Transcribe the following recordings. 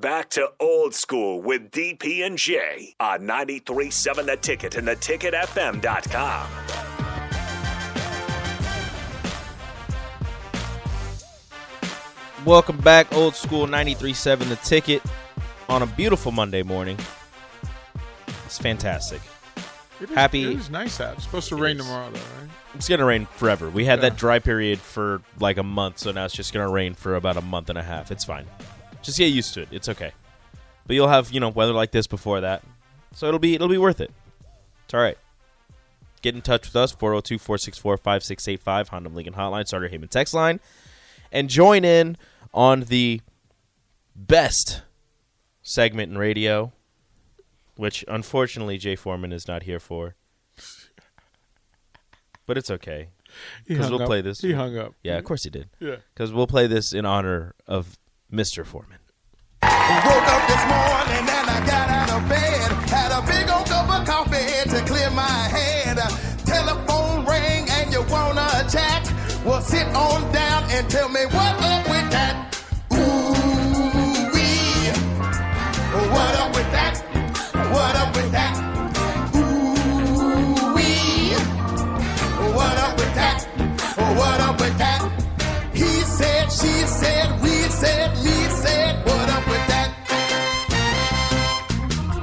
back to old school with DP and J on 93.7 The Ticket and theticketfm.com. Welcome back, old school 93.7 The Ticket on a beautiful Monday morning. It's fantastic. It is, Happy- It is nice out. It's supposed to It rain is. tomorrow, though, right? It's going to rain forever. We had Yeah. that dry period for like a month, so now it's just going to rain for about a month and a half. It's fine. Just get used to it. It's okay. But you'll have, you know, weather like this before that. So it'll be it'll be worth it. It's all right. Get in touch with us 402-464-5685 Honda of Lincoln Hotline Starter Heyman text line and join in on the best segment in radio which unfortunately Jay Foreman is not here for. But it's okay. He 'Cause hung we'll up. play this. He hung up. Mm-hmm. Yeah, of course he did. Yeah. Because we'll play this in honor of Mr. Foreman. Woke up this morning and I got out of bed. Had a big old cup of coffee to clear my head. Telephone rang and you wanna chat? Well, sit on down and tell me what up with that. Ooh wee. What up with that? What up with that? Ooh wee. What up with that? What up with that? He said, she said, we said, he said, what up with that?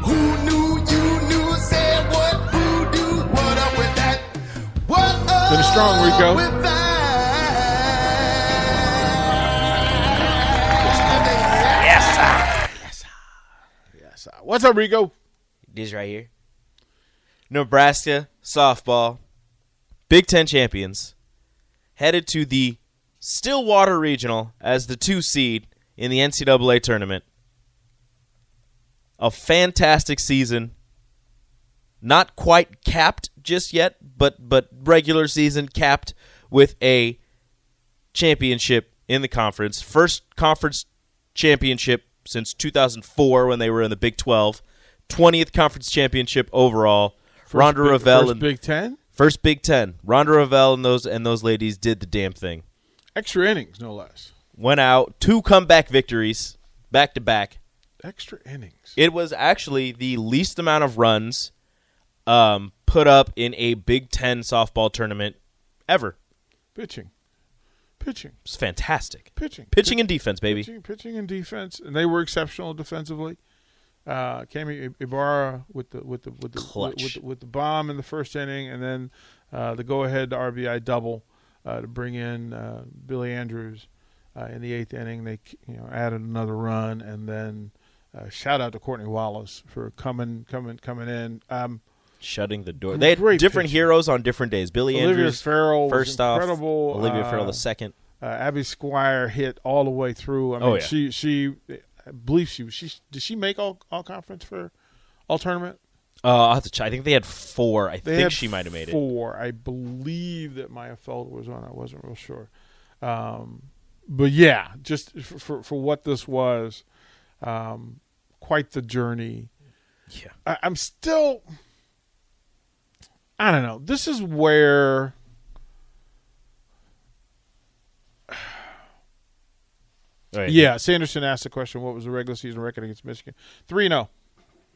Who knew you knew said what who do? What up with that? What up Finish strong, Rico. with that? Yes. What's up, Rico? These right here. Nebraska softball, Big Ten champions, headed to the Stillwater Regional as the two seed in the NCAA tournament. A fantastic season. Not quite capped just yet, but but regular season capped with a championship in the conference. First conference championship since 2004 when they were in the Big 12. 20th conference championship overall. Ronda Big- Ravel first and Big Ten. First Big Ten. Ronda Ravel and those and those ladies did the damn thing. Extra innings, no less. Went out two comeback victories back to back. Extra innings. It was actually the least amount of runs um, put up in a Big Ten softball tournament ever. Pitching. Pitching. It's fantastic. Pitching. Pitching and defense, baby. Pitching, pitching and defense, and they were exceptional defensively. Uh, Kami I- Ibarra with the with the with the, Clutch. With, the with the bomb in the first inning, and then uh, the go-ahead RBI double uh, to bring in uh, Billy Andrews uh, in the eighth inning. They you know added another run, and then uh, shout out to Courtney Wallace for coming coming coming in. Um, Shutting the door. They had Great different pitching. heroes on different days. Billy Olivia Andrews Farrell was first incredible, off. Olivia uh, Farrell the second. uh, Abby Squire hit all the way through. I mean, Oh, yeah. she she I believe she was- she did she make all all conference for all tournament. Uh, I'll have to ch- I think they had four. I They think had she might have made it. four. I believe that Maya Feld was on. I wasn't real sure, um, but yeah, just for, for for what this was, um, quite the journey. Yeah. I, I'm still. I don't know. This is where. All right. Yeah, Sanderson asked the question: What was the regular season record against Michigan? Three and zero.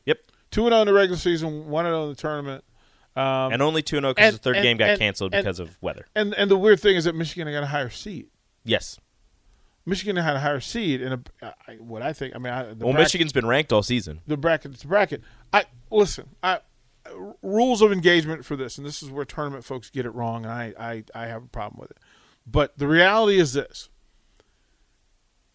Yep. Two and zero in the regular season. One and zero in the tournament. and only 2 0 because Um, and- the third and- game got and- canceled and- because of weather. And and the weird thing is that Michigan got a higher seed. Yes. Michigan had a higher seed, and a, I, what I think, I mean, I, the Well, bracket- Michigan's been ranked all season. the bracket to bracket. I listen. I r- rules of engagement for this, and this is where tournament folks get it wrong, and I I, I have a problem with it. But the reality is this: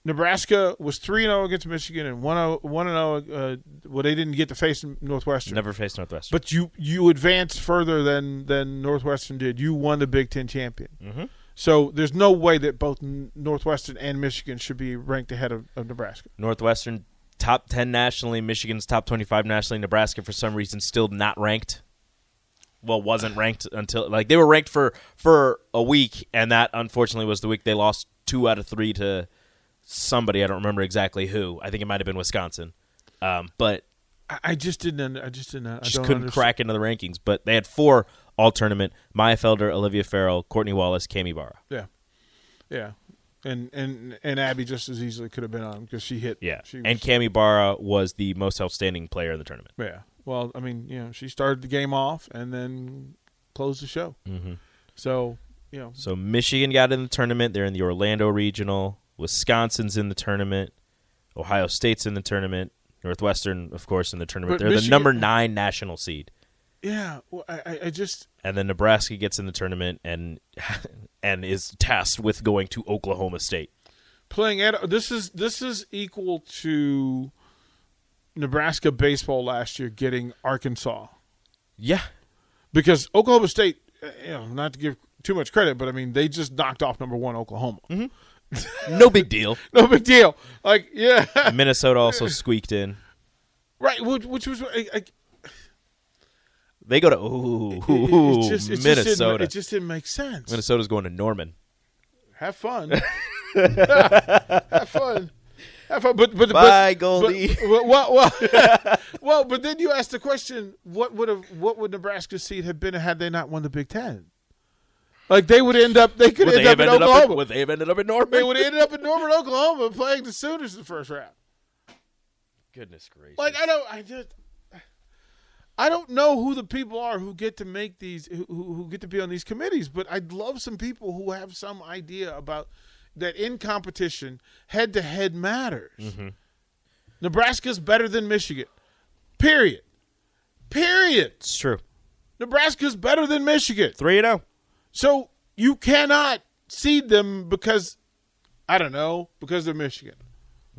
Nebraska was three zero against Michigan and one zero one zero. Well, they didn't get to face Northwestern. Never faced Northwestern. But you you advanced further than than Northwestern did. You won the Big Ten champion. Mm-hmm. So there's no way that both N- Northwestern and Michigan should be ranked ahead of, of Nebraska. Northwestern top 10 nationally, Michigan's top 25 nationally, Nebraska for some reason still not ranked. Well, wasn't ranked until like they were ranked for for a week and that unfortunately was the week they lost 2 out of 3 to somebody, I don't remember exactly who. I think it might have been Wisconsin. Um, but I, I just didn't. under- I just didn't. I just don't couldn't understand. crack into the rankings, but they had four all tournament, Maya Felder, Olivia Farrell, Courtney Wallace, Cami Barra. Yeah, yeah. and and and Abby just as easily could have been on him because she hit. Yeah. she and was- Cami Barra was the most outstanding player in the tournament. yeah. Well, I mean, you know, she started the game off and then closed the show. Mm-hmm. So you know, So Michigan got in the tournament. They're in the Orlando regional. Wisconsin's in the tournament. Ohio State's in the tournament. Northwestern, of course, in the tournament. But They're the Michigan- number nine national seed. yeah. Well, I I- I just And then Nebraska gets in the tournament and and is tasked with going to Oklahoma State. playing at this is this is equal to Nebraska baseball last year getting Arkansas. Yeah. because Oklahoma State, uh, you know, not to give too much credit, but I mean, they just knocked off number one Oklahoma. Mm-hmm. No big deal. No big deal. Like, yeah, Minnesota also squeaked in. right. Which, which was I, I, They go to ooh, it- it's just, it Minnesota. Just didn't, it just didn't make sense. Minnesota's going to Norman. Have fun. Have fun. Have fun. But but Bye, but, Goldie. But, well, well, well, well, but then you ask the question: What would have what would Nebraska's seed have been had they not won the Big Ten? Like they would end up, they could Would end they, up have in ended Oklahoma. up in, would they have ended up in Norman? they would have ended up in Norman, Oklahoma, playing the Sooners in the first round. Goodness gracious. Like I don't, I just, I don't know who the people are who get to make these, who, who who get to be on these committees. But I'd love some people who have some idea about that in competition, head to head matters. Nebraska's better than Michigan. Period. Period. it's true. oh. Nebraska's better than Michigan. 3 0. So you cannot seed them because I don't know, because they're Michigan.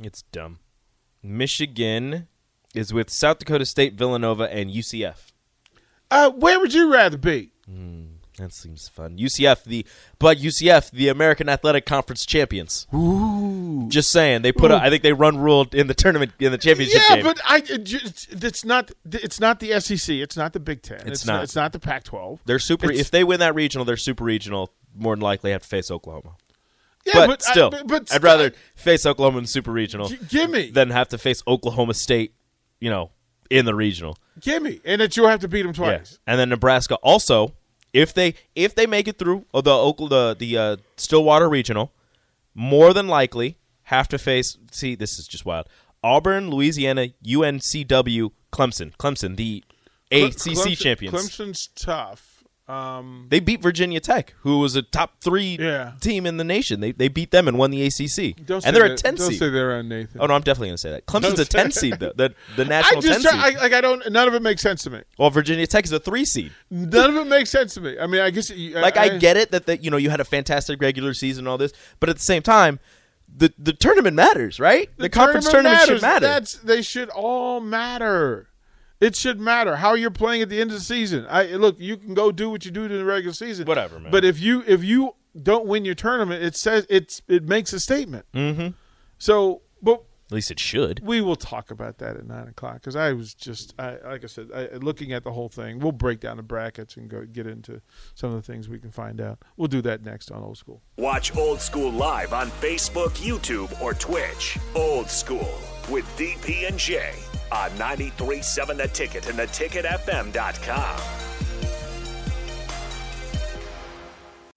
It's dumb. Michigan is with South Dakota State, Villanova, and UCF. Uh, where would you rather be? That seems fun. UCF, the but UCF, the American Athletic Conference champions. Ooh. Just saying, they put. A, I think they run ruled in the tournament in the championship Yeah, game. but I it ju- it's not it's not the SEC, it's not the Big Ten, it's, not. it's not the Pac-12. they're super. It's- If they win that regional, they're super regional. More than likely, have to face Oklahoma. yeah, but, I- still, but, but I'd rather face Oklahoma in super regional G- gimme. than have to face Oklahoma State. You know, in the regional. give me, and that you'll have to beat them Yeah. twice. And then Nebraska also, if they if they make it through uh, the Oklahoma, the, the uh, Stillwater regional, more than likely have to face. See, this is just wild. Auburn, Louisiana, UNCW, Clemson, Clemson, the ACC Clemson- champions. Clemson's tough. Um, They beat Virginia Tech, who was a top three Yeah. team in the nation. They, they beat them and won the ACC, don't say and they're that- a ten Don't seed. say they're on Nathan. Oh no, I'm definitely gonna say that. Clemson's a say- ten seed though. The the I national ten just try, I, seed. like I don't. None of it makes sense to me. well, Virginia Tech is a three seed. None of it makes sense to me. I mean, I guess you- Like I, get it that that you know you had a fantastic regular season and all this, but at the same time, the the tournament matters, right? The, conference tournament, should matters. matter. That's they should all matter. It should matter how you're playing at the end of the season. I look, you can go do what you do in the regular season, Whatever, man. But if you if you don't win your tournament, it says it's it makes a statement. Mm-hmm. So, but at least it should. we will talk about that at nine o'clock because I was just I, like I said, I, looking at the whole thing. We'll break down the brackets and go get into some of the things we can find out. We'll do that next on Old School. Watch Old School live on Facebook, YouTube, or Twitch. Old School with DP and J on 937 The Ticket and theticketfm.com.